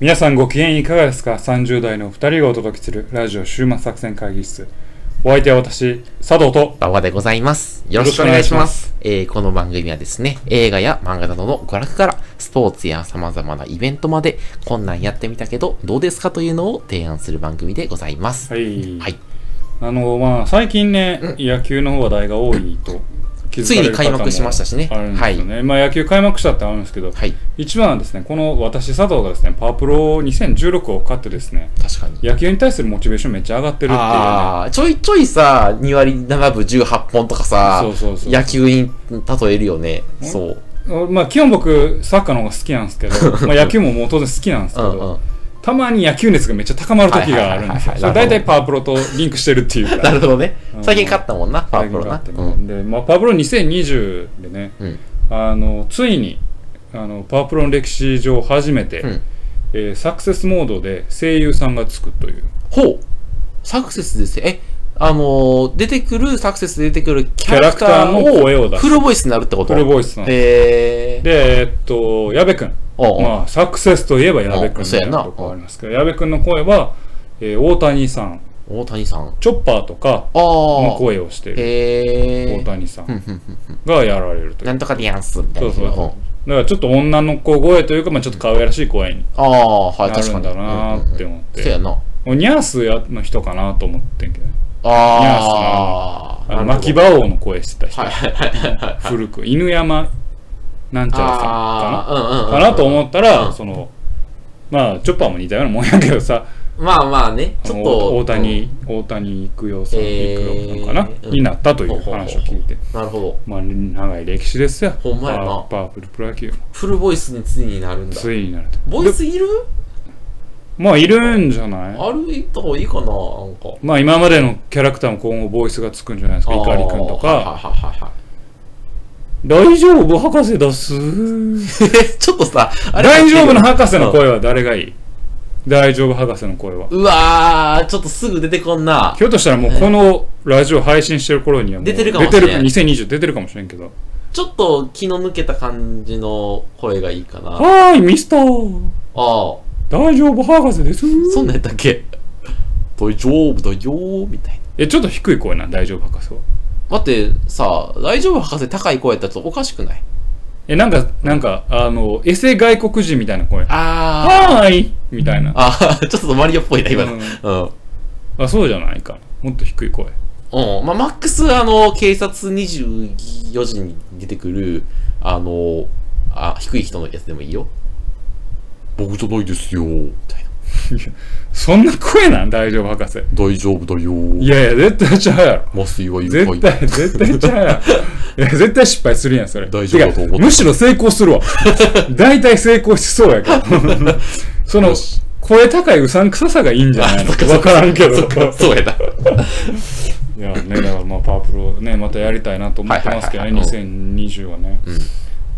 皆さんご機嫌いかがですか ?30 代のお二人がお届けするラジオ終末作戦会議室。お相手は私、佐藤と、馬場でございます。よろろししくくおお願願いいししまますす。えーこの番組はですね、映画や漫画などの娯楽から、スポーツや様々なイベントまで、こんなんやってみたけど、どうですかというのを提案する番組でございます。ははい。い。あの、まあ、最近ね、野球の話題が多いと気づかれるついに開方も幕しましたしねあるんですよね。まあ、野球開幕したってあるんですけど、はい。一番はですね、この私、佐藤がですね、パワプロ2016を買ってですね、確かに。野球に対するモチベーションめっちゃ上がってるっていう、ね。ああ、ちょいちょいさ、2割7分18本とかさ、そうそうそう野球に例えるよね。そう。まあ、基本僕、サッカーの方が好きなんですけど、 まあ、野球ももう当然好きなんですけうど、んうん。たまに野球熱がめっちゃ高まる時があるんですよ。はいそはれいはいはい大体パワープロとリンクしてるって いうなか。るほどねう。ん最近勝ったもんな、パワープロな。うん。で、まあ、パワープロ2020でね、うん。あの、ついに、あの、パワープロの歴史上初めて、うん。えーサクセスモードで声優さんがつくという。ほう。サクセスですよえ、あのー出てくる、サクセスで出てくるキャラクターキャラクターの声を出をすフルボイスになるってことフルボイスなんへー。で、えっと、矢部くん。おうおうまあ、サクセスといえば矢部くんおうみたそういやななとこありますけど、矢部くんの声は、えー大谷さん、大谷さん。あチョッパーとかあ。の声をしているへー。大谷さうんんうんうんうんがやられるというな。んとかでやんす、みたいそうな。そうそうだからちょっと女の子声というか、まあ、ちょっと可愛らしい声にああー、はい、な確るかんに。だなーって思っそうやて、な。ニャースやの人かなと思ってんけどあああ。の牧あ場王の声してた人、はいはいはい。古く犬山なんちゃらさあーうんうんんうんかなかなと思ったら、うんそのまあチョッパーも似たようなもんやけどさまあまあね、ちょっと。大谷、大谷育代さん、え育ー代さんかな、うんになったという話を聞いて、うん。なるほど。まあ、長い歴史ですよほんまやなパーパープルプロ野球フルボイスについになるんだ。ついになるとボイスいるまあいるんじゃないあるいた方がいいかな、なんか。まあ今までのキャラクターも今後ボイスがつくんじゃないですかあ碇ーくんとはいはかいはいはいはい「大丈夫博士出すえ ちょっとさ、あれ大丈夫の博士の声は誰がいい大丈夫博士の声はうんうわー、ちょっとすぐ出てこんな。ひょっとしたらもうこのラジオ配信してる頃にはもう出てるかもしれん出てる2020出てるかもしれんけどちょっと気の抜けた感じの声がいいか「な。あはーいミスターあー、大丈夫博士ですそんなんやったっけ大丈夫だよー、みたいな。」えちょっと低い声な大丈夫博士は待って、さ、大丈夫博士高い声やったらちょっとおかしくないえなんかなんかあのエセ外国人みたいな声「あー。はーい」みたいなあー、 ちょっとマリオっぽいな、今の。うんうんあそうじゃないかもっと低い声うん、まあ、マックス、あの、警察24時に出てくる、あの、あ、低い人のやつでもいいよ。僕じゃないですよ、みたいな。そんな声なん大丈夫博士大丈夫だよ。いやいや絶対ちゃうやろ麻酔は愉絶対絶対ちゃうや ろいや絶対失敗するやんそれ大丈夫だと思っててかむしろ成功するわ大体成功しそうやけ どそのよし声高いうさんくささがいいんじゃないの分からんけど そっか、そうや いな。やねだからまあパワープロねまたやりたいなと思ってますけどねはいはいはいは2020はね、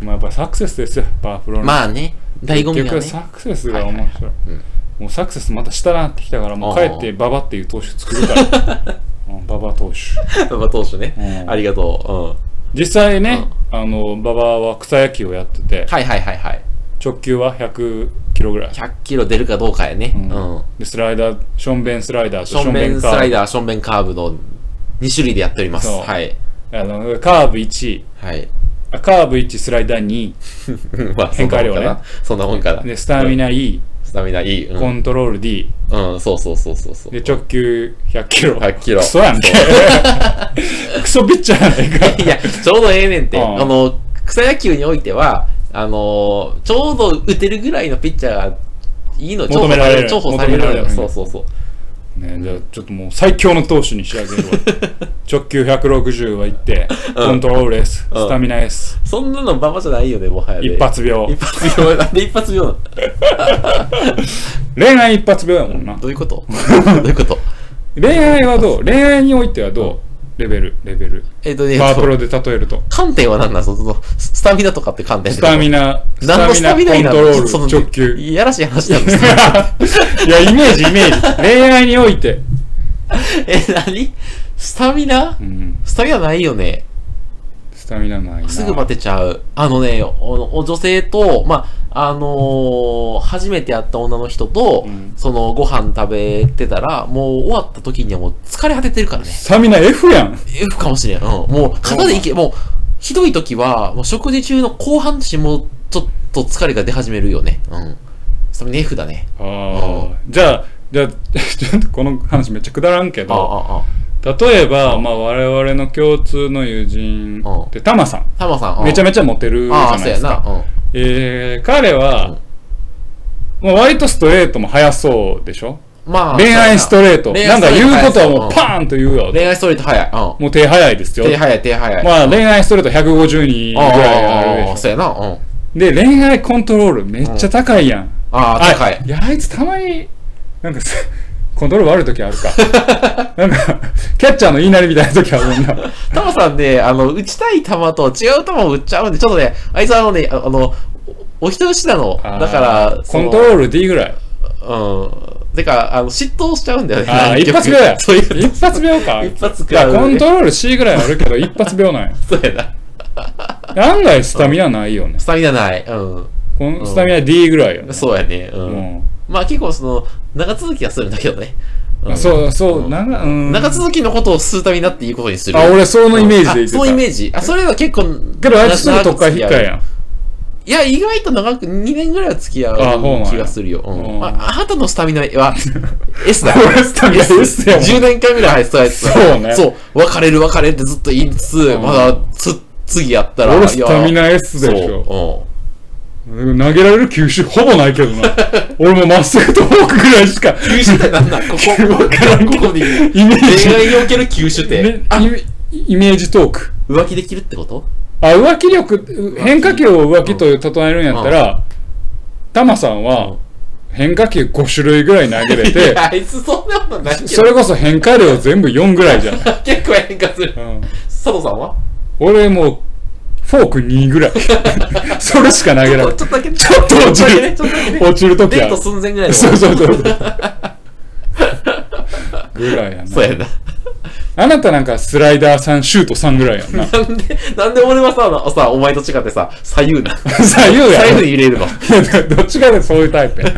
まあやっぱサクセスですよパワープロの、まあね、醍醐結味は局ね。サクセスが面白い,、うんもうサクセスまたしたなってきたからもうあ帰ーってババっていう投手作るから、 うん、ババ投手 まあ、当初ね、うんありがと実際ね、あの馬場は草野球をやっててう。うん。はいはいはいはい。直球は100キロぐらい、 100キロ出るかどうかやね。ううんん。でスライダーションベンスライダーと正面スカライーダー、正面カーブの2種類でやっております。そうはい。ブあのカーブ1はい。 あカーブ1スライダーまあ、そ変ん化なも量んかなね。そんなもんかな2。でスタミナ E、スタミナいい。うんコントロール D うん、そうそうそうそうそう。で直球100キロ100キロクソやん けクソピッチャーやないかいや、 ちょうどええねんって。あああの、草野球においては、あのー、ちょうど打てるぐらいのピッチャーがいいの、求められる重宝される求めらのれるよ。そうそうそう。ね、じゃあちょっともう最強の投手に仕上げ るわ直球160はいってコントロール S、うんスタミナ S そんなのババじゃないよね、もはやね。一発秒一発秒。 なんで一発秒なの恋愛一発秒やもんなどういうこと どういうこと恋愛はどう恋愛においてはどうレベルレベルえっとね、パワープそロので例えると観点は何なんそのその、ススタミナとかって観点スタミナ。ナス何のスタミナコにンなトロるール直球 いいやらしい話な んですけどやイメージイメージ恋愛において、え、何スタミナうん、スタミナないよね。スタミナないな。すぐバテちゃう。あのね、おお女性と、まあ、あのー初めて会った女の人と、うんその、ご飯食べてたら、もう終わった時にはもう疲れ果ててるからね。スタミナ F やん F かもしれん。うん。もう、肩でいけ、もう、ひどい時は、もう食事中の後半としてもう、ちょっと疲れが出始めるよね。うん。スタミナ F だね。ああ。じゃあ、じゃあ、 ちょっとこの話めっちゃくだらんけあど、あ、ああ。例えば、まあ我々の共通の友人あで、タマさん。タマさん。めちゃめめちちゃモテるじあゃなあ、いそうでやすな。か。うん。えー、彼は、まあ、割とストレートも早そうでしょまあ、恋愛ストレート。恋な愛んストかレー言トうことはもううんパーンと言うよ。恋愛ストレート早い。うもう手早いですよん。手。早い、手早い。まあ恋愛ストレート150人ぐああ、らいあるああ、でしそうやな。うん。ょ。で、恋愛コントロールめっちゃ高いやん。ああ、高い。いや、あいつたまに、なんかす、 コントロール悪い時ある か。なんか、キャッチャーの言いなりみたいな時あるもんな。タマさんね、あの、打ちたい球と違う球を打っちゃうんで、ちょっとね、あいつあのね、ああの、おお人よしなの。だから、そコのントロール D ぐらい。うん。てか、あの、嫉妬しちゃうんだよね。ああ、結一局発病や。 そういう、一発病か。一発い食らや、うよコねントロール C ぐらいあるけど、一発病なんや。そうやな。案外スタミナないよね。スタミナない。うこのスタミナ D ぐらいよねん。。そうやね。う。うんん。まあ結構その、長続きはするんだけどね。あそう、そうう、んなんか、うん。長続きのことをするためになっていいことにする。あ、俺、そのイメージで言あってた。そういうイメージ。あ、それは結構。けど、あいつすぐ特会引っかやいやん。いや、意外と長く、2年ぐらいは付き合あほうなんうや気がするよ。うんうんまあ、あなたのスタミナ は、S だよ。俺スタミナ S やもん10年間ぐらいストライスだそうねそう。別れる別れるってずっと言いつつ、んまだ、つ、次やったら。俺、スタミいナや S でしょ。そう。投げられる球種ほぼないけど な。俺もまっすぐとフォークぐらいしか、うん。球種ってなんだ ここ、ここに。イメージ恋愛における球種ってね、イイメージトーク。浮気できるってことあ、浮気力、変化球を浮気と例えるんやったら、タマさんうはん変化球5種類ぐらい投げれい て、や、あいつそんなことないけど。それこそ変化量全部4ぐらいじゃない。結構変化するう。ん、佐藤さんは俺もう、フォーク2ぐらい。 それしか投げちられなょっい。とだけ。ちょっと落ちるちょっとだけね。落ちるときデーはト。寸前ぐらいの。そうそう そう。ぐらいやそうな。やな。あなたなんかスライダー3、シュート3ぐらいや んな。なんで、なんで俺はさ、なさ、お前と違ってさ、左右な。左右や左ろ右に揺れるの。どっちかでそういうタイプや。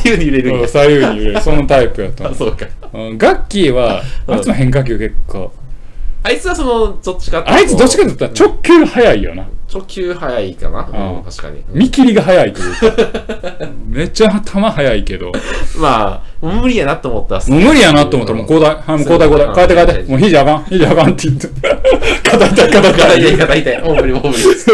左右に揺れるんうやん。左右に揺れる。そのタイプやとあ、思そうか。う。うんガッキーは、うんあいつの変化球結構。あいつはその、どっちかってあいつどっちかとと言ったら直球が速いよな。直球早いかな。んうん、確かに。見切りが速いというか。 めっちゃ球速いけど。まあ、もう無理やなと思ったら。もう無理やなと思ったらもう交代、はいもう交代交代。変えて変えて。もう肘あかん。肘あかんって言って。肩痛い肩硬痛い。い痛い硬い痛い。もう無理、もう無理。す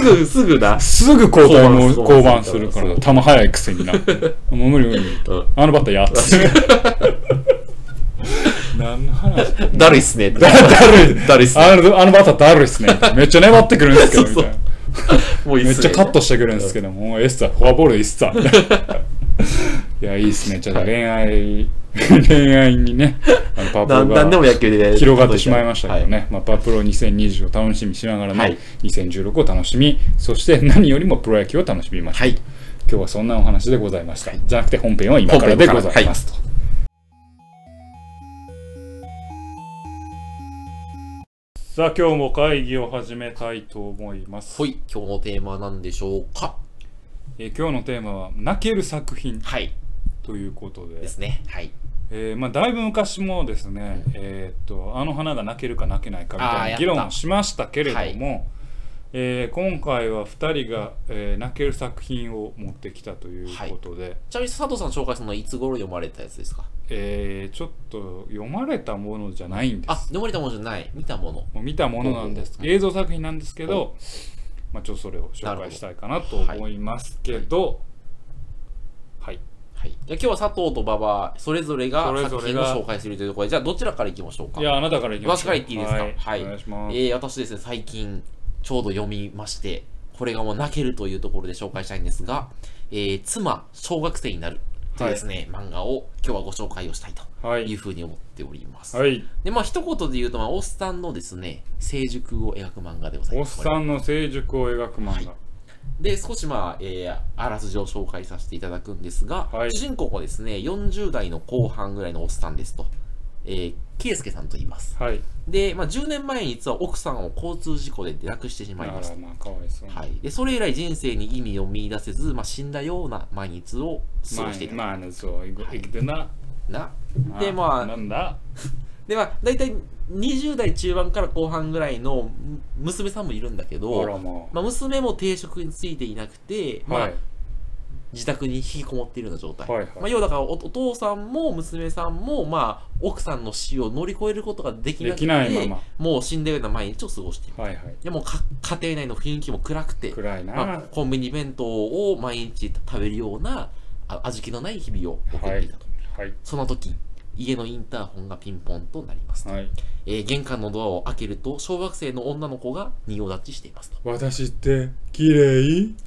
ぐ、すぐな。すぐ交代も降板降板するから、球速いくせにな。もう無理無理無理。うんあのバッターやっつって。何の話 だるいっすね。だるい。だるいっすね。あのあのバッターだるいっすね。めっちゃ粘ってくるんですけど、みたいな。もういいめっっすちね。ゃカットしてくるんですけども、エッサ、フォアボールでいっさ。 いや、いいっすね。ちょっと恋愛、恋愛にね、あのパなワんプなんでロもが野球で。広がってしまいましたけどはい。ね。まあ、パワプロ2020を楽しみにしながらね、はい2016を楽しみ、そして何よりもプロ野球を楽しみました。はい。今日はそんなお話でございました。じゃなくて本編は今からでございますと。さあ今日も会議を始めたいと思いますほ、い、今日のテーマなんでしょうかえー今日のテーマは「泣ける作品はい。」ということでですね。はい。えーまあ、だいぶ昔もですね、えーっとあの花が泣けるか泣けないかみあーたいやなった議論をしましたけれども、えー今回は2人が、えー泣ける作品を持ってきたということで、ちなみに佐藤さん紹介するのはいつ頃読まれたやつですかえーちょっと読まれたものじゃないんであ、す。読まれたものじゃない。見たもの。もう見たものなんです。ほうほうほう映像作品なんですけど、まあ、ちょっとそれを紹介したいかなと思いますけど、はい。はい。じゃあ今日は佐藤と馬場、それぞれがそれぞ作れ品がを紹介するというところで、じゃあどちらからいきましょうか。いや、あなたからいきましょう。私から言っていいですかはい。はいお願いしえます。ー、私ですね、最近、ちょうど読みまして、これがもう泣けるというところで紹介したいんですが、えー、妻、小学生になるというですね、漫画を今日はご紹介をしたいとはいい。うふうに思っております。はい。で、まあ一言で言うと、まあ、おっさんのですね、成熟を描く漫画でございおっます。さんの成熟を描く漫画。で、少しまあ、えーあらすじを紹介させていただくんですが、はい主人公はですね、40代の後半ぐらいのおっさんですと。ええー、圭介さんと言います。はい。で、まあ、10年前に実は奥さんを交通事故で亡くしてしあまいましら、た。まあ、かわいそうに。はい。で、それ以来人生に意味を見出せず、まあ、死んだような毎日を過ごしていた。まあ、まあ、そう、い生きてな。な。で、まあ、なんだで、まあ、だいたい20代中盤から後半ぐらいのむ娘さんもいるんだけあら、ど、もまあ、娘も定職についていなくて、う。まあ、はい。自宅に引きこもっているような状態。はいはいまあ、要はだからお、お父さんも娘さんも、まあ、奥さんの死を乗り越えることができなくできて、ないままもう死んだような毎日を過ごしている。はいはい。でもか、家庭内の雰囲気も暗くて、暗いまあ、な。コンビニ弁当を毎日食べるような、あ味気のない日々を送っはていいたと。。はい。その時、家のインターホンがピンポンとなります。はい。えー玄関のドアを開けると、小学生の女の子が仁王立ちしていますと。私って、綺麗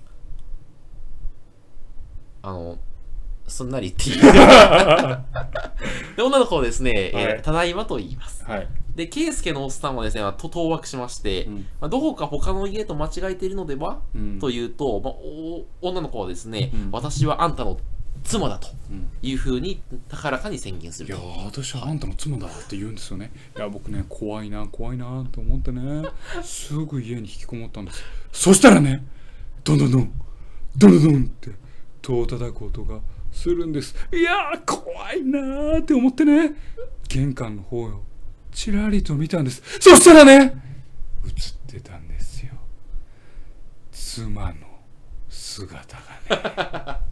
あの、すんなりっ ていう。で、女の子をですね、えーはいただいまと言います。はい。で、圭介のおっさんはですね、まあと当惑しまして、うんまあ、どこか他の家と間違えているのでは、うんというと、まあ、お女の子はですね、うん私はあんたの妻だとうんいうふうに高らかに宣言すいるや。ー私はあんたの妻だって言うんですよねいや僕ね怖いな怖いなと思ってねすぐ家に引きこもったんですそしたらねどんどんどんどんどんどんって戸を叩く音がするんですいやー怖いなーって思ってね玄関の方をちらりと見たんですそしたらね映ってたんですよ妻の姿がね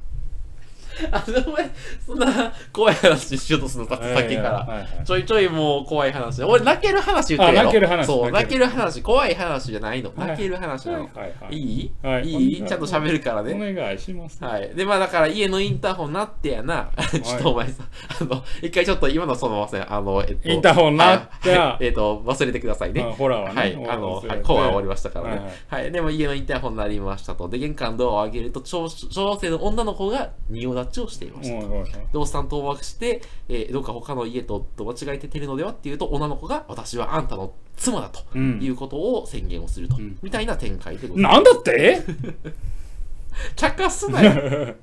あ、でもお前そんな怖い話しようとす るの、さっきかいやいやはいはら。いちょいちょいもう怖い話。俺、泣ける話言ってあ泣ける話そう、泣泣けけるる話。怖い話じゃないの。い泣ける話なの。はいはいいいはいいはいちゃんと喋るからおね。願いしますはい。で、まあだから家のインターホンなってやな。ちょっとお前さ、あの、一回ちょっと今のそのません。あの、えっと。インターホンなってやはいはいえっと、忘れてくださいね。まあホラーはねはい。あ忘の、れてはいコアは終わりましたからはいはねい。はい。でも家のインターホンになりましたと。で、玄関ドアを開けると、小小学生の女の子が仁王立ちをしていました。おいおいおいで、おっさんと惑して、えーどっか他の家とと間違えててるのではっていうと、女の子が私はあんたの妻だとうんいうことを宣言をすると、んみたいな展開でございまなんだってす。茶化すなよで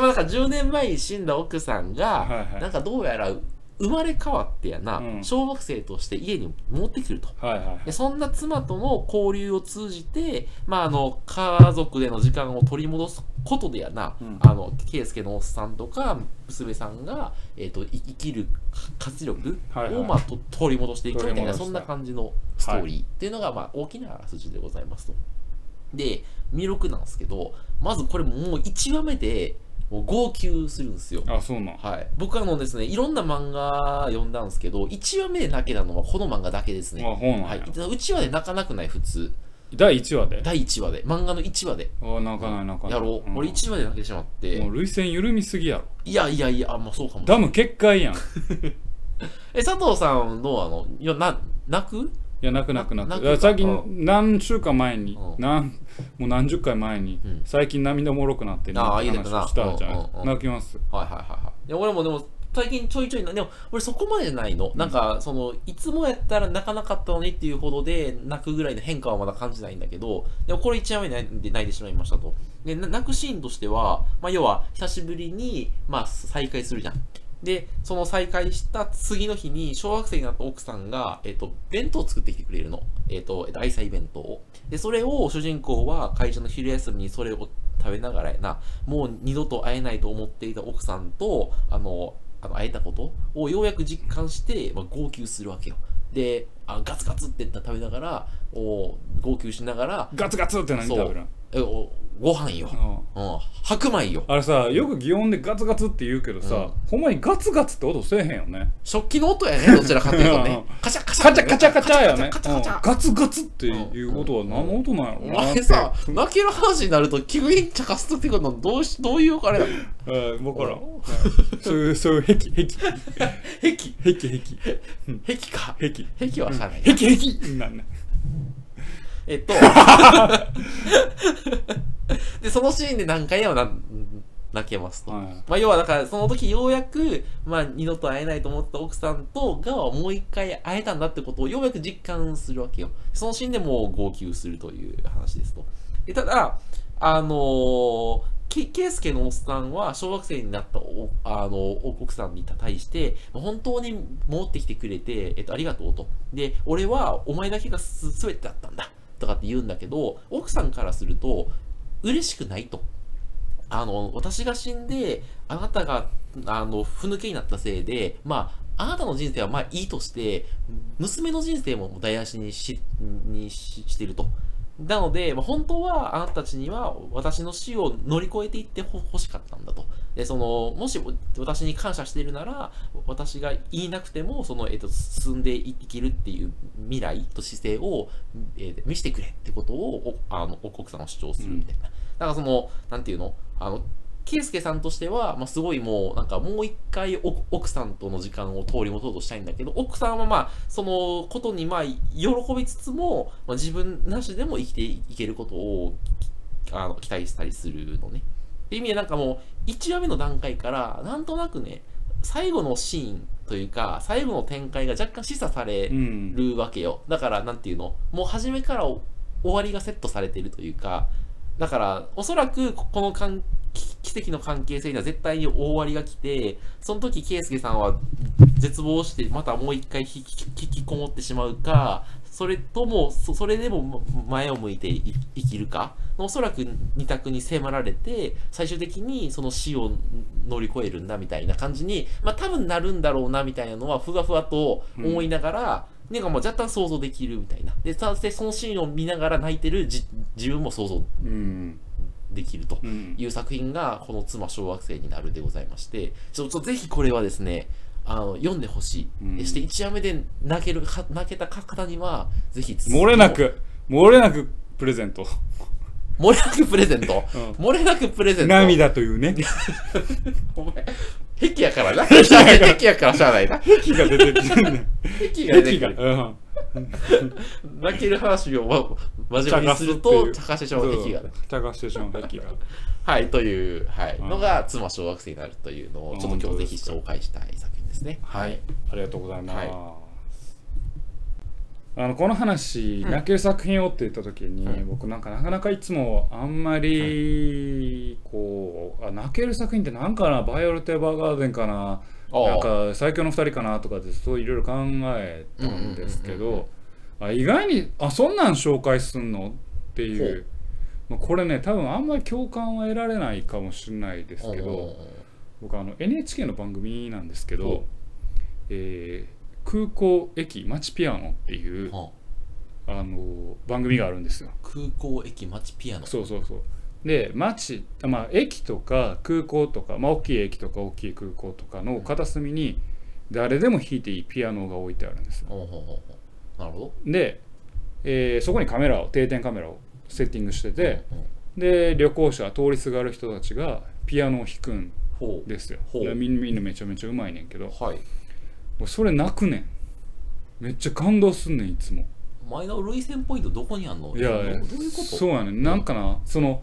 もなんか10年前に死んだ奥さんが、はいはいなんかどうやら生まれ変わってやな、うん小学生として家に戻ってくると。はいはいでそんな妻との交流を通じて、まあ、あの家族での時間を取り戻すことでやな、うんあの圭介のおっさんとか娘さんが、えー、とい生きる活力を、はいはいまあ、と取り戻していくみたい取りな戻したそんな感じのストーリーっていうのが、まあ、大きなあらすじでございますと。で魅力なんですけどまずこれもう1話目でもう号泣するんですよ。あそうなんはい、僕あのですねいろんな漫画読んだんですけど1話目で泣けたのはこの漫画だけですね。あそうなんや、はい、うちわで泣かなくない普通第1話で第1話で漫画の1話であ泣かない泣かないやろう、ん俺1話で泣けてしまって、もう涙腺緩みすぎやろいやいやいやあまあそうかもダム決壊やんいえ佐藤さんのあのいやな泣くや泣く泣く泣く泣くいや最近う何週間前にうん何もう何十回前に、うん最近涙もろくなってるあって言うてたな話をしたじゃうんうんうんん泣きますはいはいはいはいいや俺もでも最近ちょいちょいなでも俺そこまでじゃないの、なんかそのいつもやったら泣かなかったのにっていうほどで泣くぐらいの変化はまだ感じないんだけどでもこれ1話目で泣いてしまいましたとでな泣くシーンとしては、まあ、要は久しぶりに、まあ、再会するじゃんでその再会した次の日に小学生になった奥さんが、えっと弁当を作ってきてくれるの、えっとえっと愛妻弁当をでそれを主人公は会社の昼休みにそれを食べながらやなもう二度と会えないと思っていた奥さんとあのあの会えたことをようやく実感して、まあ、号泣するわけよであガツガツって食べながらお号泣しながらガツガツって何食そべうるんえおご飯よ、うんうん、白米よあれさよく擬音でガツガツって言うけどさ、うんほんまにガツガツって音せえへんよね食器の音やねどちらかという とねうカチャカチカャチャカチャカチャやねカチャカチャうんカチャガツガツっていうことは何の音なんやろおうなっ前てさ、泣ける話になると急に茶化すとってくるのどうし、どういうあれだえー、僕ら、そういう、そういう、壁、壁、へき壁、壁、へきか。壁、壁、へきはしゃあない。壁、壁、なんね。え っと、で、そのシーンで何回でもな泣けますと。はいまあ、要はだから、その時ようやく、まあ、二度と会えないと思ってた奥さんとがもう一回会えたんだってことをようやく実感するわけよ。そのシーンでもう号泣するという話ですと。でただ、あのーけ圭介のおっさんは小学生になったおあの王国さんに対して本当に戻ってきてくれて、えっと、ありがとうとで俺はお前だけがす全てだったんだとかって言うんだけど奥さんからすると嬉しくないとあの私が死んであなたがあのふぬけになったせいでまああなたの人生はまあいいとして娘の人生も台無しにしにししてるとなので、まあ、本当はあなたたちには私の死を乗り越えていってほ欲しかったんだと。で、その、もし私に感謝しているなら、私が言いなくても、その、えっ、と、進んでいけるっていう未来と姿勢を、えー見せてくれってことを、おあの、お国さんは主張するみたいな。だからその、なんていうのあの、ケイスケさんとしては、まあ、すごいもう、なんかもう一回お奥さんとの時間を通り戻そうとしたいんだけど、奥さんはまあ、そのことにまあ、喜びつつも、まあ、自分なしでも生きていけることを、きあの、期待したりするのね。っていう意味で、なんかもう、1話目の段階から、なんとなくね、最後のシーンというか、最後の展開が若干示唆されうんるわけよだからなんていうのもう初めからお終わりがセットされてるというかだからおそらくここの関き奇跡の関係性には絶対に大割が来てその時圭介さんは絶望してまたもう一回引き引きこもってしまうかそれともそそれでもま前を向いてい生きるかおそらく二択に迫られて最終的にその死を乗り越えるんだみたいな感じに、まあ、多分なるんだろうなみたいなのはふわふわと思いながら、なんかもう若干想像できるみたいなでさでそのシーンを見ながら泣いてるじ自分も想像うんできるとうんいう作品がこの妻小学生になるでございましてちょっとぜひこれはですねあの読んでほしい、うんでして1話目で泣けるか泣けた方にはぜひ漏れなく漏れなくプレゼント、漏れなくプレゼント うん漏れなくプレゼント涙という ねお前壁やか らな壁やからしゃあないな壁気が出てくるねが出て気くが、るうん、泣ける話をま真面目にすると茶化してしまう壁がね茶化してしまう壁がはい、という、はい、うんのが妻小学生になるというのを、ちょっと今日ぜひ紹介したい作品ですね。はい。ありがとうございます、はいあのこの話、うん泣ける作品をって言った時に、はい僕なんかなかなかいつもあんまりこう、あ泣ける作品ってなんかな「バイオレテーバーガーデン」かなああなんか「最強の二人」かなとかでそういろいろ考えたんですけうんうんうんうんどあ意外にあそんなん紹介すんのっていう、まあ、これね多分あんまり共感は得られないかもしれないですけど、僕あの NHK の番組なんですけほうど、えー空港駅街ピアノっていううんあの番組があるんですよ。空港駅街ピアノ。そうそうそうで街、まあ、駅とか空港とか、まあ、大きい駅とか大きい空港とかの片隅に誰でも弾いていいピアノが置いてあるんですよ。ほうほうほうなるほど。で、えーそこにカメラを定点カメラをセッティングしててうん、で旅行者通りすがる人たちがピアノを弾くんほですよ。ほうでみんみんなめちゃめちゃうまいねんけど。う。はい。もうそれ泣くねんめっちゃ感動すんねんいつもお前の類線ポイントどこにあんのいやどういうことそうやねんなんかな、その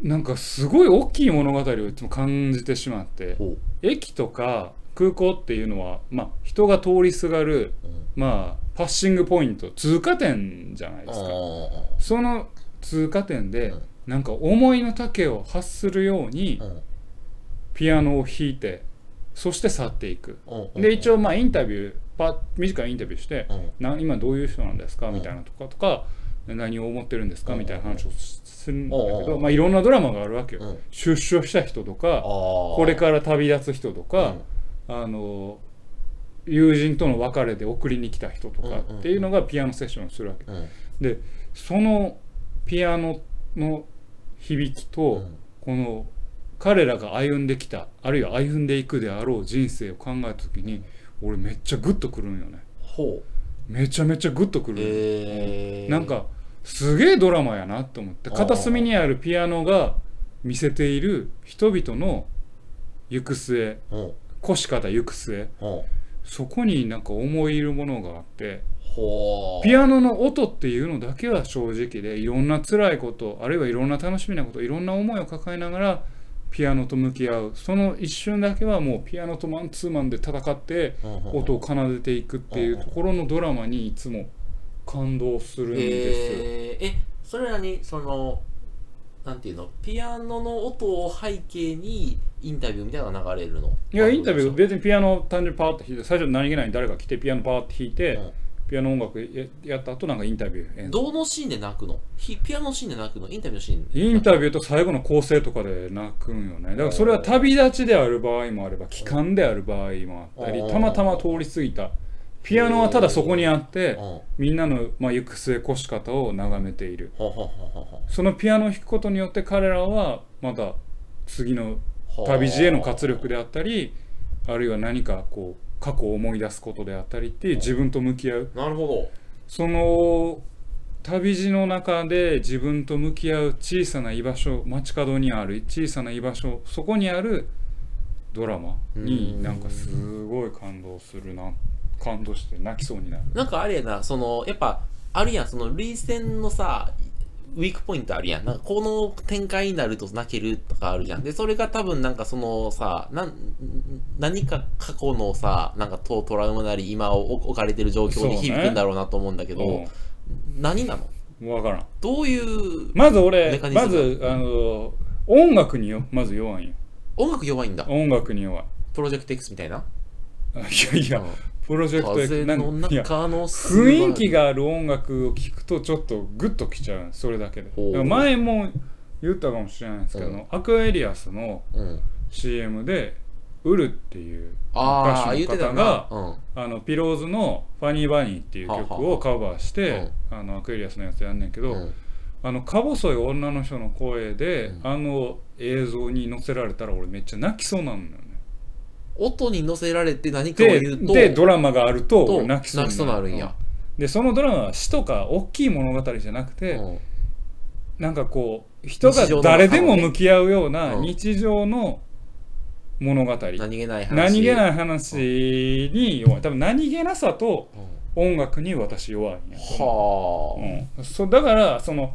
なんかすごい大きい物語をいつも感じてしまってほう。駅とか空港っていうのは、まあ、人が通りすがる、うんまあ、パッシングポイント通過点じゃないであすかーその通過点で、うんなんか思いの丈を発するようにうんピアノを弾いてそして去っていくうんうんで一応まあインタビューパッ短いインタビューして、うんな今どういう人なんですかうんみたいなとかとか、何を思ってるんですかみたいな話をすするんだけうんうんど、うんまあ、いろんなドラマがあるわけよ、うん出所した人とあーかこれから旅立つ人とか、あの友人との別れで送りに来た人とかうんうんっていうのがピアノセッションをするわけうんうんでそのピアノの響きと、うんこの彼らが歩んできたあるいは歩んでいくであろう人生を考えた時に俺めっちゃグッとくるんよねほう。めちゃめちゃグッとくるんよえー。なんかすげえドラマやなと思ってあー片隅にあるピアノが見せている人々の行く末うん、うん腰方行く末そこになんか思い入るものがあってほう。ピアノの音っていうのだけは正直でいろんな辛いことあるいはいろんな楽しみなこといろんな思いを抱えながらピアノと向き合うその一瞬だけはもうピアノとマンツーマンで戦ってうんうんうん音を奏でていくっていうところのドラマにいつも感動するんですよ。えーえそれらにそのなんていうのピアノの音を背景にインタビューみたいなのが流れるのいや、インタビュー、で別にピアノ単純にパーって弾いて、最初何気ないに誰か来て、ピアノパーって弾いて、うんピアノ音楽ややった後、なんかインタビュー演奏。どのシーンで泣くのひピアノのシーンで泣くのインタビューのシーンでインタビューと最後の構成とかで泣くんよね。だからそれは旅立ちである場合もあれば、帰還である場合もあったりう、んたまたま通り過ぎた。ピアノはただそこにあってうん、ほみんなの、まあ、行く末越し方を眺めている。うほうほうほうほそのピアノを弾くことによって彼らはまた次のう旅路への活力であったりあるいは何かこう過去を思い出すことであったりっていう自分と向き合うなるほその旅路の中で自分と向き合う小さな居場所街角にある小さな居場所そこにあるドラマうにんなんかすごい感動するな感動して泣きそうになるどなんかあれやなそのやっぱあるやんその類戦のさウィークポイントあるやんなんかこの展開になると泣けるとかあるじゃんでそれが多分なんかそのさなん何か過去のさなんかトトラウマなり今を置かれてる状況に響くんだろうなと思うんだけど、何なのうんわからんどういうまずメ俺カニズムまずあの音楽によまず弱いんよ音楽弱いんだ音楽に弱いプロジェクト X みたいなあいやいやうんプロジェクト風でのなんかいや中の雰囲気がある音楽を聴くとちょっとグッときちゃうそれだけでほだうから前も言ったかもしれないですけど、うんアクエリアスのうん、 CM でウルっていうあ歌あ手言っのてた方ながうんはあのピローズの「ファニーバニー」っていう曲をカバーして、ははあのアクエリアスのやつやんねんけど、うんあのか細い女の人の声で、うんあの映像に載せられたら俺めっちゃ泣きそうなんだよね音に乗せられて何かをで言うとでドラマがあるとと俺泣きそうになるんや、でそのドラマは死とか大きい物語じゃなくて、うんなんかこう人が日常の誰でも向き合うようなうん日常の物語、何気ない話、何気ないい話に弱い多分何気なさとうん音楽に私弱いんやとは思う、うん、そうだからその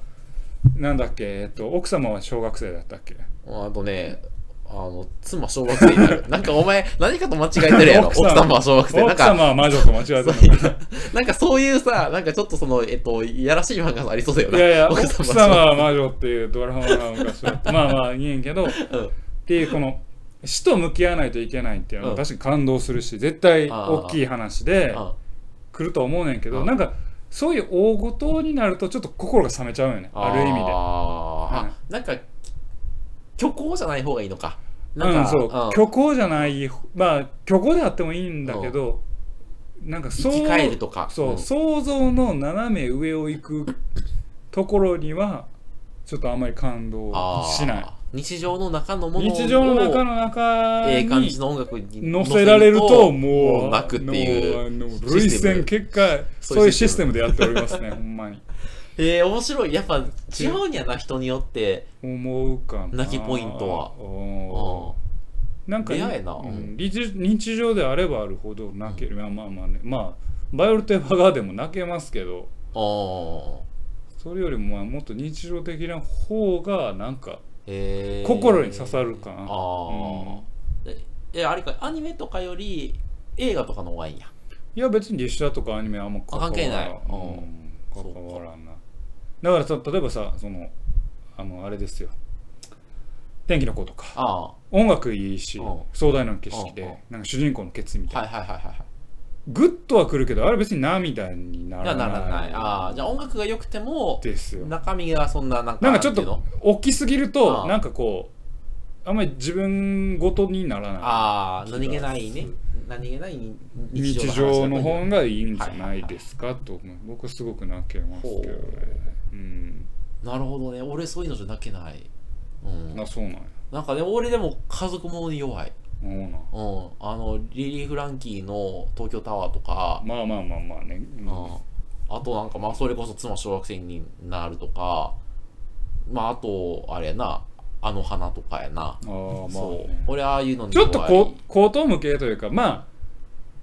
なんだっけ、えっと、奥様は小学生だったっけあ、あとねあの妻小学生にな るなんかお前何かと間違えてるやろ奥奥様様は小学生な奥んか様は魔女と間違えたのそういう なんかそういうさなんかちょっとそのえっといやらしい漫画ありそうだよいなやいや奥奥様様は魔女っていうドラマが昔あってまあまあいいんやけどうんっていうこの死と向き合わないといけないっていうのうはん確かに感動するし絶対ああ大きい話であ来ると思うねんけあどあなんかそういう大ごとになるとちょっと心が冷めちゃうよねある意味であー、はいあなんか虚構じゃない方がいいのかなんか、うんそう虚構じゃないまあ虚構であってもいいんだけどなんか生そうき返るとかそう、ん想像の斜め上を行くところにはちょっとあんまり感動あーしない日常の中のものを日常の中の中ええに感じの音楽に乗せられるともう泣くっていうもうあのシステム累戦結果そういうそういうシステムでやっておりますねほんまにええ面白いやっぱ違うんやな人によって思うかな泣きポイントははなんか出会えなううんん、日日常であればあるほど泣ける、まあまあまあねまあバイオルテーバガーでも泣けますけどああそれよりもまあもっと日常的な方がなんかええ心に刺さるかな、ああ、ええあれかアニメとかより映画とかの方がいいんやいや別に列車とかアニメはあんま関わらんあ関係ないうんうん関わらんなだからさ例えばさそのあのあれですよ天気の子とかああは音楽いいしうん壮大な景色うんうんでなんか主人公のケツみいたいはいなはいはいはいグッとはくるけどあれ別に涙になじゃらなあないらない。ああ、じゃあ音楽が良くても、ですよ中身がそんな、なんか、なんかちょっなんていうとの大きすぎるうとんなんかこうあんまり自分ごとにならなああ、何気ないね。何気ないい日日常常のの話だと方がいいんじゃないですかと思う僕はすごく泣けますけどねほうんなるほどね。俺そういうのじゃ泣けない。うん。あそうなんやなんかね、俺でも家族ものに弱い。そうなんうん。あの、リリー・フランキーの東京タワーとか、まあまあまあまあね。うん。あとなんか、まあ、それこそ妻小学生になるとか、まあ、あと、あれやな、あの花とかやな。ああまあそねう。俺ああいうのにちょ弱い。っとこう高等無形というか、まあ、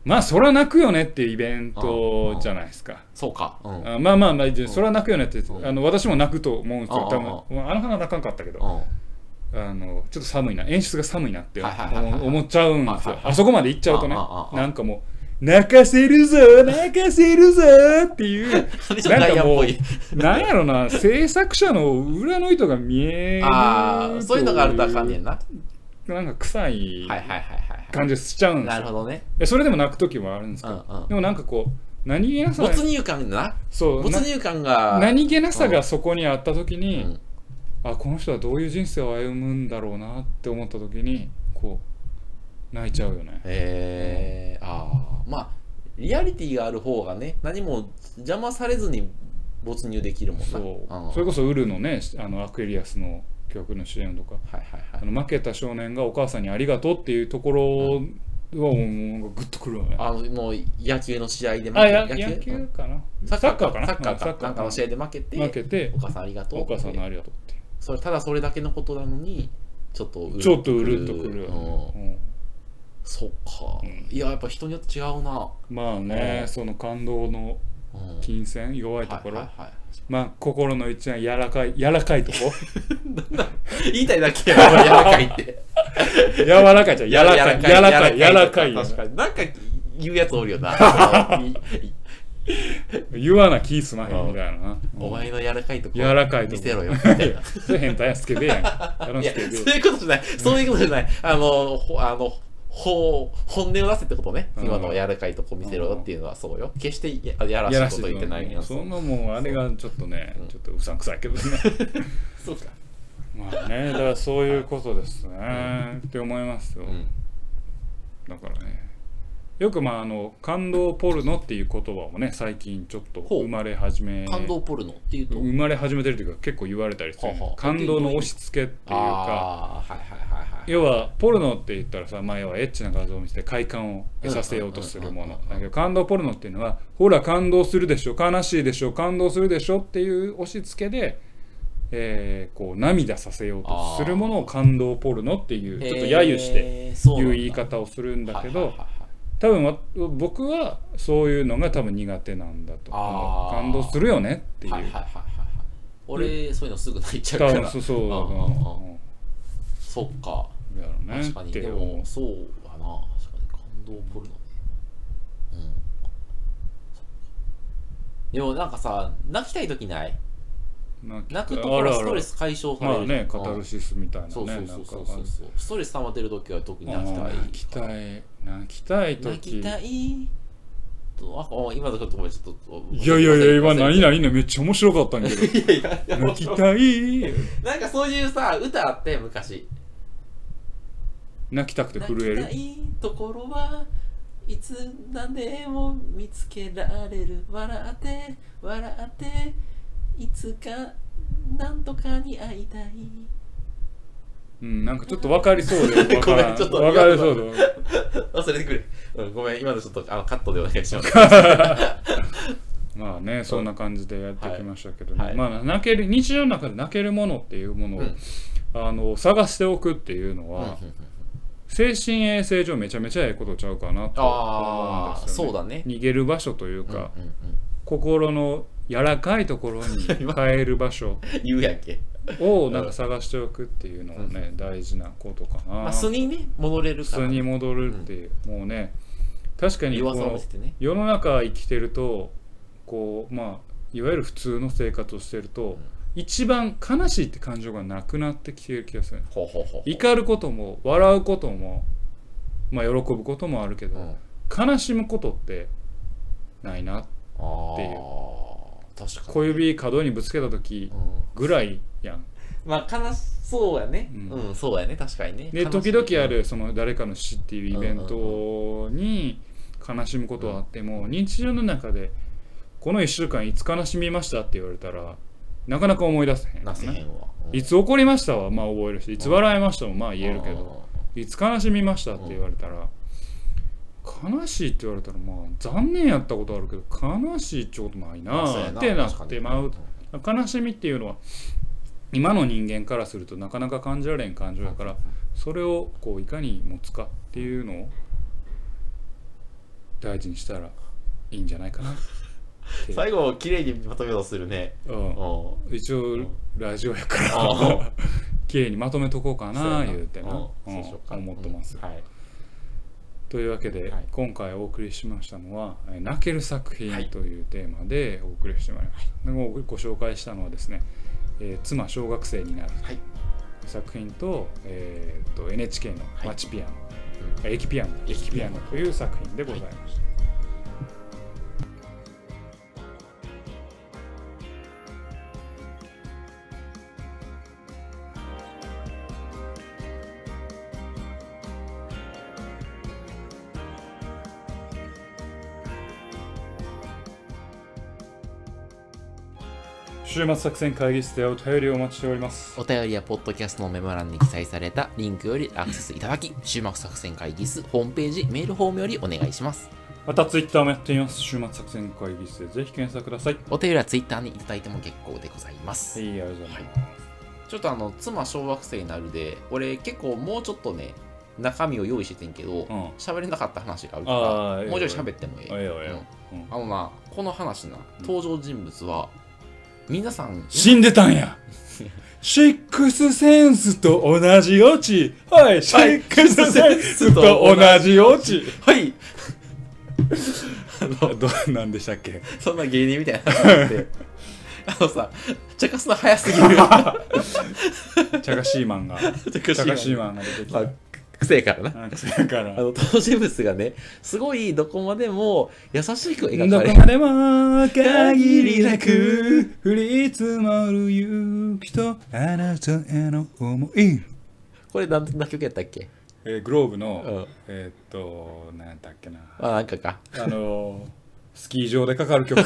まあ、そら泣くよねっていうイベントじゃないですか。そうか。うん。うん。あまあまあまあ、そら泣くよねってう、んあの私も泣くと思うんですよ、あ多あ分まああの花泣かんかったけど、はあのちょっと寒いな、演出が寒いなってはいはいはいはい思思っちゃうんですはいはいよ、はいあそこまで行っちゃうとねあああ、あなんかもう、泣かせるぞ泣かせるぞっていうなんでちょっとダイヤっぽいなんやろな制作者の裏の糸が見えるああそういうのがあるとあかんねんなはいなんか臭いはいはいはいは感じしちゃうんいですなよるほどねえそれでも泣く時もあるんですけど、うんうんでもなんかこう何気なさ没入感なそう没な入感が何気なさがそこにあった時に、うんあこの人はどういう人生を歩むんだろうなって思った時にこう泣いちゃうよねえー、ああまあリアリティがある方がね何も邪魔されずに没入できるもんなそう、んそれこそウルのねあのアクエリアスの曲の主演とかはいはいあはいの負けた少年がお母さんにありがとうっていうところはもうもうグッとくるよねあのもう野球の試合で負あやけ野球かなサッカーかササッッカカーかーかなんかの試合で負けて負けてお母さんありがとうお母さんのありがとうっていうそれただそれだけのことなのにちょっとうるちょっとうるっとくるようんね、そっか、うんいややっぱ人によって違うな、うんまあねうんその感動のうん、金銭弱いところ、はいはいはいまあ心の一番柔らかい 柔らか いとこ言いたいだけや ろ柔らかいって柔らかいじゃん柔らかい柔らかい柔らかいよ確かになんか言うやつおるよ ないい言わな気すまへんみたいなな、うんお前の柔らかいとこ柔らかいと見こせろよみた いないそれ変態やんスケベやんやろやスそうケベいうことじゃないそういうことじゃないあのほあのほ本音を出せってことねうん今の柔らかいとこ見せろよっていうのはそうよ決してややらしやらいしこいと言ってないやつそのもうあれがちょっとねうんちょっとうさんくさいけど ねそうかまあねだからそういうことですねって思いますよ、うんだからねよくまああの感動ポルノっていう言葉もね最近ちょっとほう生まれ始め感動ポルノっていうと生まれ始めてるというか結構言われたりする、はあはあ感動の押し付けっていうかああーはいはいはいはい要はポルノって言ったらさ、まあ、要はエッチな画像を見せて快感を得させようとするもうんうんのうんうんだけど感動ポルノっていうのはほら感動するでしょ悲しいでしょ感動するでしょっていう押し付けで、えーこう涙させようとするものを感動ポルノっていうちょっと揶揄してえーそいうなんうだ言い方をするんだけはいはどいはいはい多分わ僕はそういうのが多分苦手なんだと思あうー感動するよねっていうはいはいはいはいはい俺そういうのすぐ泣いちゃ多うから分そうそうだとうんうんうん思そっかうだろうね確かっにてで思うもそうだな確かに感動ポルノねうんでもなんかさ泣きたい時ない泣くところストレス解消されまるあね、うカんタルシスみたいなね。そうそうなそんうかそうそうそうストレス溜まってる時は特に泣きあたーい泣きたい。泣きたい泣き時。たいとああ今のちょっとごめんちょっといやいやいや、今忘れ何て 々ね、めっちゃ面白かったんだけど。いやいやい や泣きたい。なんかそういうさ歌あって昔泣きたくて震える泣。きたいところはいつ何でも見つけられる笑って笑っていつか何とかに会いたいうん、なんかちょっと分かりそうで。わからん ごめんちょっと分かりそうで。忘れてくれ、うん、ごめん今のちょっとあのカットでお願いしますまあね、そんな感じでやってきましたけどね。はいまあ、泣ける、日常の中で泣けるものっていうものを、うんあの、探しておくっていうのうんうんうんは、精神衛生上めちゃめちゃええことちゃうかなと思うんああですよ、ね。そうだね逃げる場所といううんうんうか、ん心の柔らかいところに変える場所言うやんけ、をなんか探しておくっていうのはうんね大事なことかな、まあ、素にね戻れるか素らに戻るっていう、もうね確かにこ弱さを見のせてね世の中生きてるとこうまあいわゆる普通の生活をしてると、一番悲しいって感情がなくなってきてる気がするほうほうほうほう怒ることも笑うこともまあ喜ぶこともあるけど、うん悲しむことってないなあっていうあ確かに小指角にぶつけた時うんぐらいやんまあ悲しそうやね、ううんん、そうやね、確かにね。で悲し時い々あ。るその誰かの死っていうイベントに悲しむことはあっても日常の中でこの1週間いつ悲しみましたって言われたらなかなか思い出せへんよなせへねんわ。うんいつ怒りましたはまあ覚えるしいつ笑いましたもまあ言えるけどいつ悲しみましたって言われたら悲しいって言われたらまあ残念やったことあるけど悲しいってことないうんそうなやってなってまう確か悲しみっていうのは今の人間からするとなかなか感じられん感情にやからそれをこういかに持つかっていうのを大事にしたらいいんじゃないかな、最後、綺麗にまとめようとするね。ううんん、一応んラジオやからう 綺麗にまとめとこうかそうやな言うてな、んうんそうしようか思ってます、うんはい。というわけで、はい今回お送りしましたのは「えー泣ける作品はい」というテーマでお送りしてまいりました、でもごご紹介したのはですね「えー妻小学生になるはい、」作品と,、えー、と NHK の「いマチピアノ」えー駅ピアノ」「駅ピアノ」という作品でございました。週末作戦会議室でお便りをお待ちしております。お便りやポッドキャストのメモ欄に記載されたリンクよりアクセスいただき、終幕作戦会議室ホームページ、メールフォームよりお願いします。またツイッターもやっています。週末作戦会議室でぜひ検索ください。お便りはツイッターにいただいても結構でございます。はい、ありがとうございます。ちょっとあの、妻小学生になるで、俺結構もうちょっとね、中身を用意しててんけうどん、喋、れなかった話があるあかーら、もうちょい喋ってもええ。ええよええようんうんあのな、この話な、登場人物は、皆さん、死んでたんやシックスセンスと同じオチはい、シックスセンスと同じオチはい どうなんでしたっけ そんな芸人みたいな話になって あのさ、茶化すの早すぎる。チャカシーマンが。チャカシーマンャカシーマンが出てきまたあ。、癖やからな。なんかだから。あの、登場人物がね、すごいどこまでも優しく描どかれこるま。でも限りなく降り積もる勇気とあなたへの思い。これなん何曲やったっけえーグローブの、うんえーっと、なんだっけな。あ、なんかか。あのー、 スキー場でかかる曲。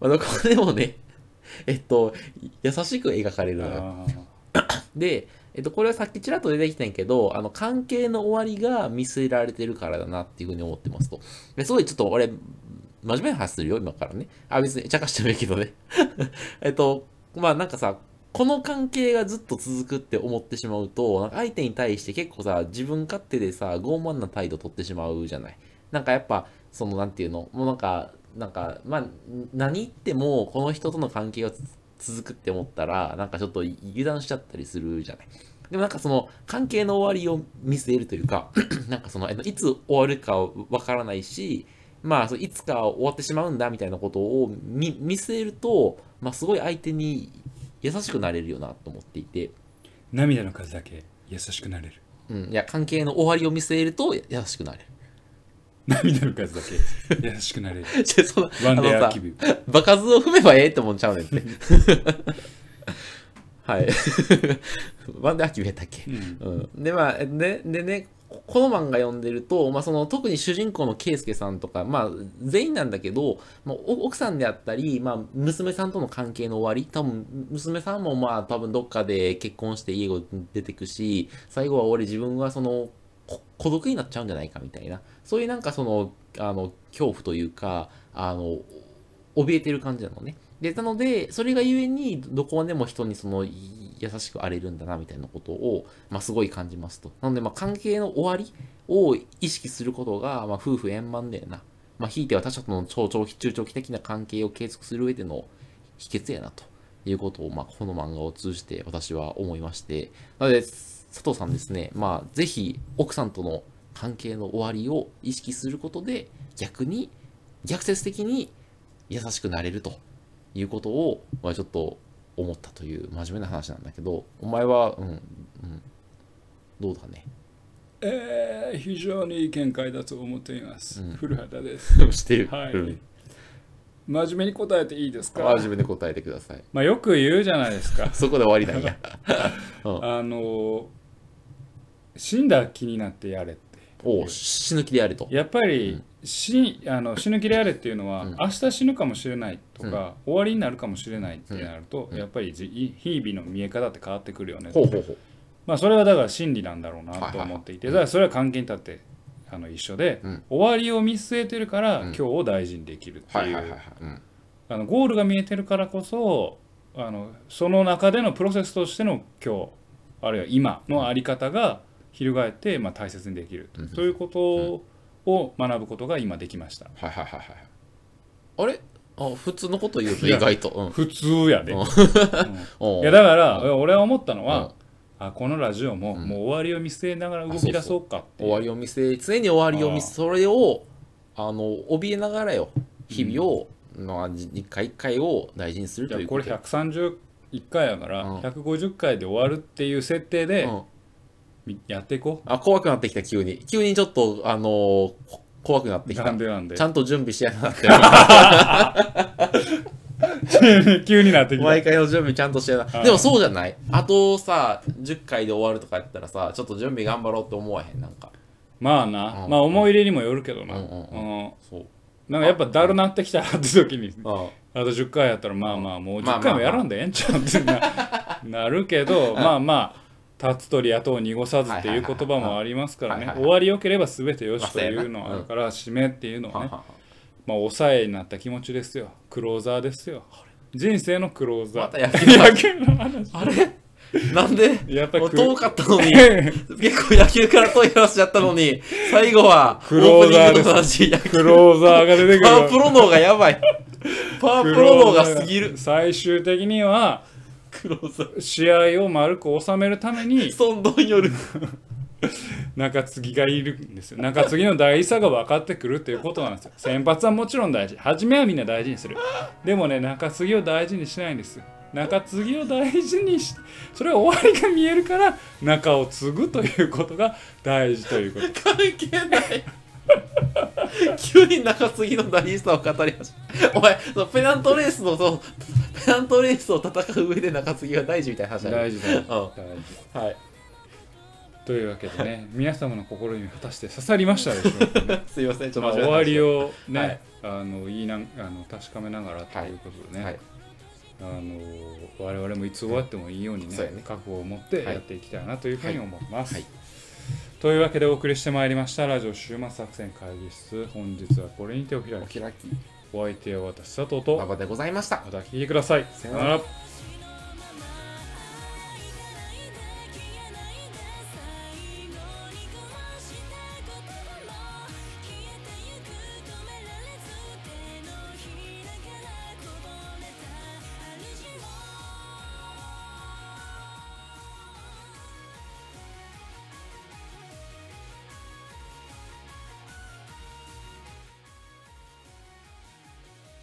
まあ、どこまでもね、 えっと、優しく描かれるのよ。あで、えっと、これはさっきちらっと出てきたんやけど、あの、関係の終わりが見据えられてるからだなっていうふうに思ってますと。ですごいちょっと俺、真面目な話するよ、今からね。あ、別に、茶化してもいいけどね。 えっと、まあなんかさ、この関係がずっと続くって思ってしまうと、なんか相手に対して結構さ、自分勝手でさ、傲慢な態度取ってしまうじゃない。なんかやっぱ、その、なんていうの、もうなんか、なんか、まあ、何言っても、この人との関係がつ続くって思ったら、なんかちょっと油断しちゃったりするじゃない。でもなんかその関係の終わりを見据えるというか、 なんかその、えっといつ終わるかわからないし、まあ、そういつか終わってしまうんだみたいなことを見見据えると、まあ、すごい相手に優しくなれるよなと思っていて、涙の数だけ優しくなれる。うん、いや、関係の終わりを見据えると優しくなれる。 涙の数だけ優しくなれる。じゃあそのワンデーあのアさーキビュ場数を踏めばええってもんちゃうねんって。 はい。 ワンデーアキビやったっけ、うんで、まあ、ね、でね、ここの漫画読んでると、まあ、その特に主人公の圭介さんとか、まあ、全員なんだけど、まあ、お奥さんであったり、まあ、娘さんとの関係の終わり、多分、娘さんもまあ、多分どっかで結婚して家を出てくし、最後は俺自分はその、こ孤独になっちゃうんじゃないかみたいな、そういうなんかその、あの、恐怖というか、あの、怯えてる感じなのね。で、なので、それがゆえに、どこまでも人にその、い優しく荒れるんだな、みたいなことを、まあ、すごい感じますと。なので、まあ、関係の終わりを意識することが、まあ、夫婦円満だよな。まあ、ひいては他者との超長期、中長期的な関係を継続する上での秘訣やな、ということを、まあ、この漫画を通じて私は思いまして。なので、佐藤さんですね、まあ、ぜひ、奥さんとの関係の終わりを意識することで、逆に、逆説的に優しくなれるということを、まあ、ちょっと思ったという真面目な話なんだけどお前はうん、うん、どうだねえー、非常にいい見解だと思っています。うん古畑です。してる、はいうん真面目に答えていいですあか自分で答えてくださいまあよく言うじゃないですか。そこで終わ りなんやうんあのー死んだ気になってやれって。おう死ぬ気でやるとやっぱり、死あの死ぬ気でやれっていうのは、うん明日死ぬかもしれないとか、終わりになるかもしれないってなると、うんやっぱりじ日々の見え方って変わってくるよねってほうほうほうまあ、それはだから真理なんだろうなはいとはい思っていて、だからそれは関係に立ってあの一緒で、うん終わりを見据えてるから、うん今日を大事にできるって、はいいうはいはいはい、うん、あのゴールが見えてるからこそあのその中でのプロセスとしての今日あるいは今のあり方が翻って、まあ、大切にできると,、うんいうことを学ぶことが今できました。はいはいはいはいあれあ普通のこと言うと意外とうん普通やで、うんうんおういやだから俺は思ったのは、あこのラジオももう終わりを見据えながら動き出そうかってい終うわりを見せ常に終わりを見あせーそれをあの怯えながらよ日々を、の一回一回を大事にするじとゃあいうこれとで131回やから、うん150回で終わるっていう設定でうんみやっていこあ怖くなってきた急に急にちょっとあのーこ怖くなっうてきなたんでなんでちゃんと準備してやらなって 急になってきた毎回の準備ちゃんとしてやうなんでもそうじゃないあとさ10回で終わるとかやったらさちょっと準備頑張ろうって思わへんなんかまあな、うんまあ思い入れにもよるけどな、うんうんううんそうなんかやっぱだるなってきたなって時にああと10回やったらまあまあもうまあまあ10回もやらんでええんちゃうって ななるけどまあまあ立つ鳥雇う濁さずっていう言葉もありますからはいねはいはい終わりよければ全てよしというのはあるから締めっていうのあはねはまあ抑えになった気持ちですよクローザーですよ人生のクローザーまた野球野球の話ああれなんでやっぱもうく遠かったのに結構野球から遠い話だったのに最後はオクロープーニザーンでグすと同じ野球クローザーが出てくるパワープロ脳がやばいパワープロ脳がすぎる最終的にはクローザー試合を丸く収めるため に損どんよる中継ぎがいるんですよ中継ぎの大事さが分かってくるっていうことなんです よ先発はもちろん大事初めはみんな大事にするでもね中継ぎを大事にしないんですよ中継ぎを大事にしそれは終わりが見えるから中を継ぐということが大事ということ関係ない急に中継ぎの大事さを語り始めお前そのペナントレースのそのペナントレースを戦う上で中継ぎが 大事みたいな話だね大事だよん大事はいというわけでね皆様の心に果たして刺さりましたでしょうか ね すいませんちょっまあと終間違えたわりをね、はいあの言いなあの確かめながらということでね、はいあの我々もいつ終わってもいいようにねそうやね覚悟を持ってはやいっていきたいなというふうに思います。はいというわけでお送りしてまいりましたラジオ終末作戦会議室本日はこれに手を開おき開きお相手は私佐藤馬と場でございましたまた聞いてください。さようならさよう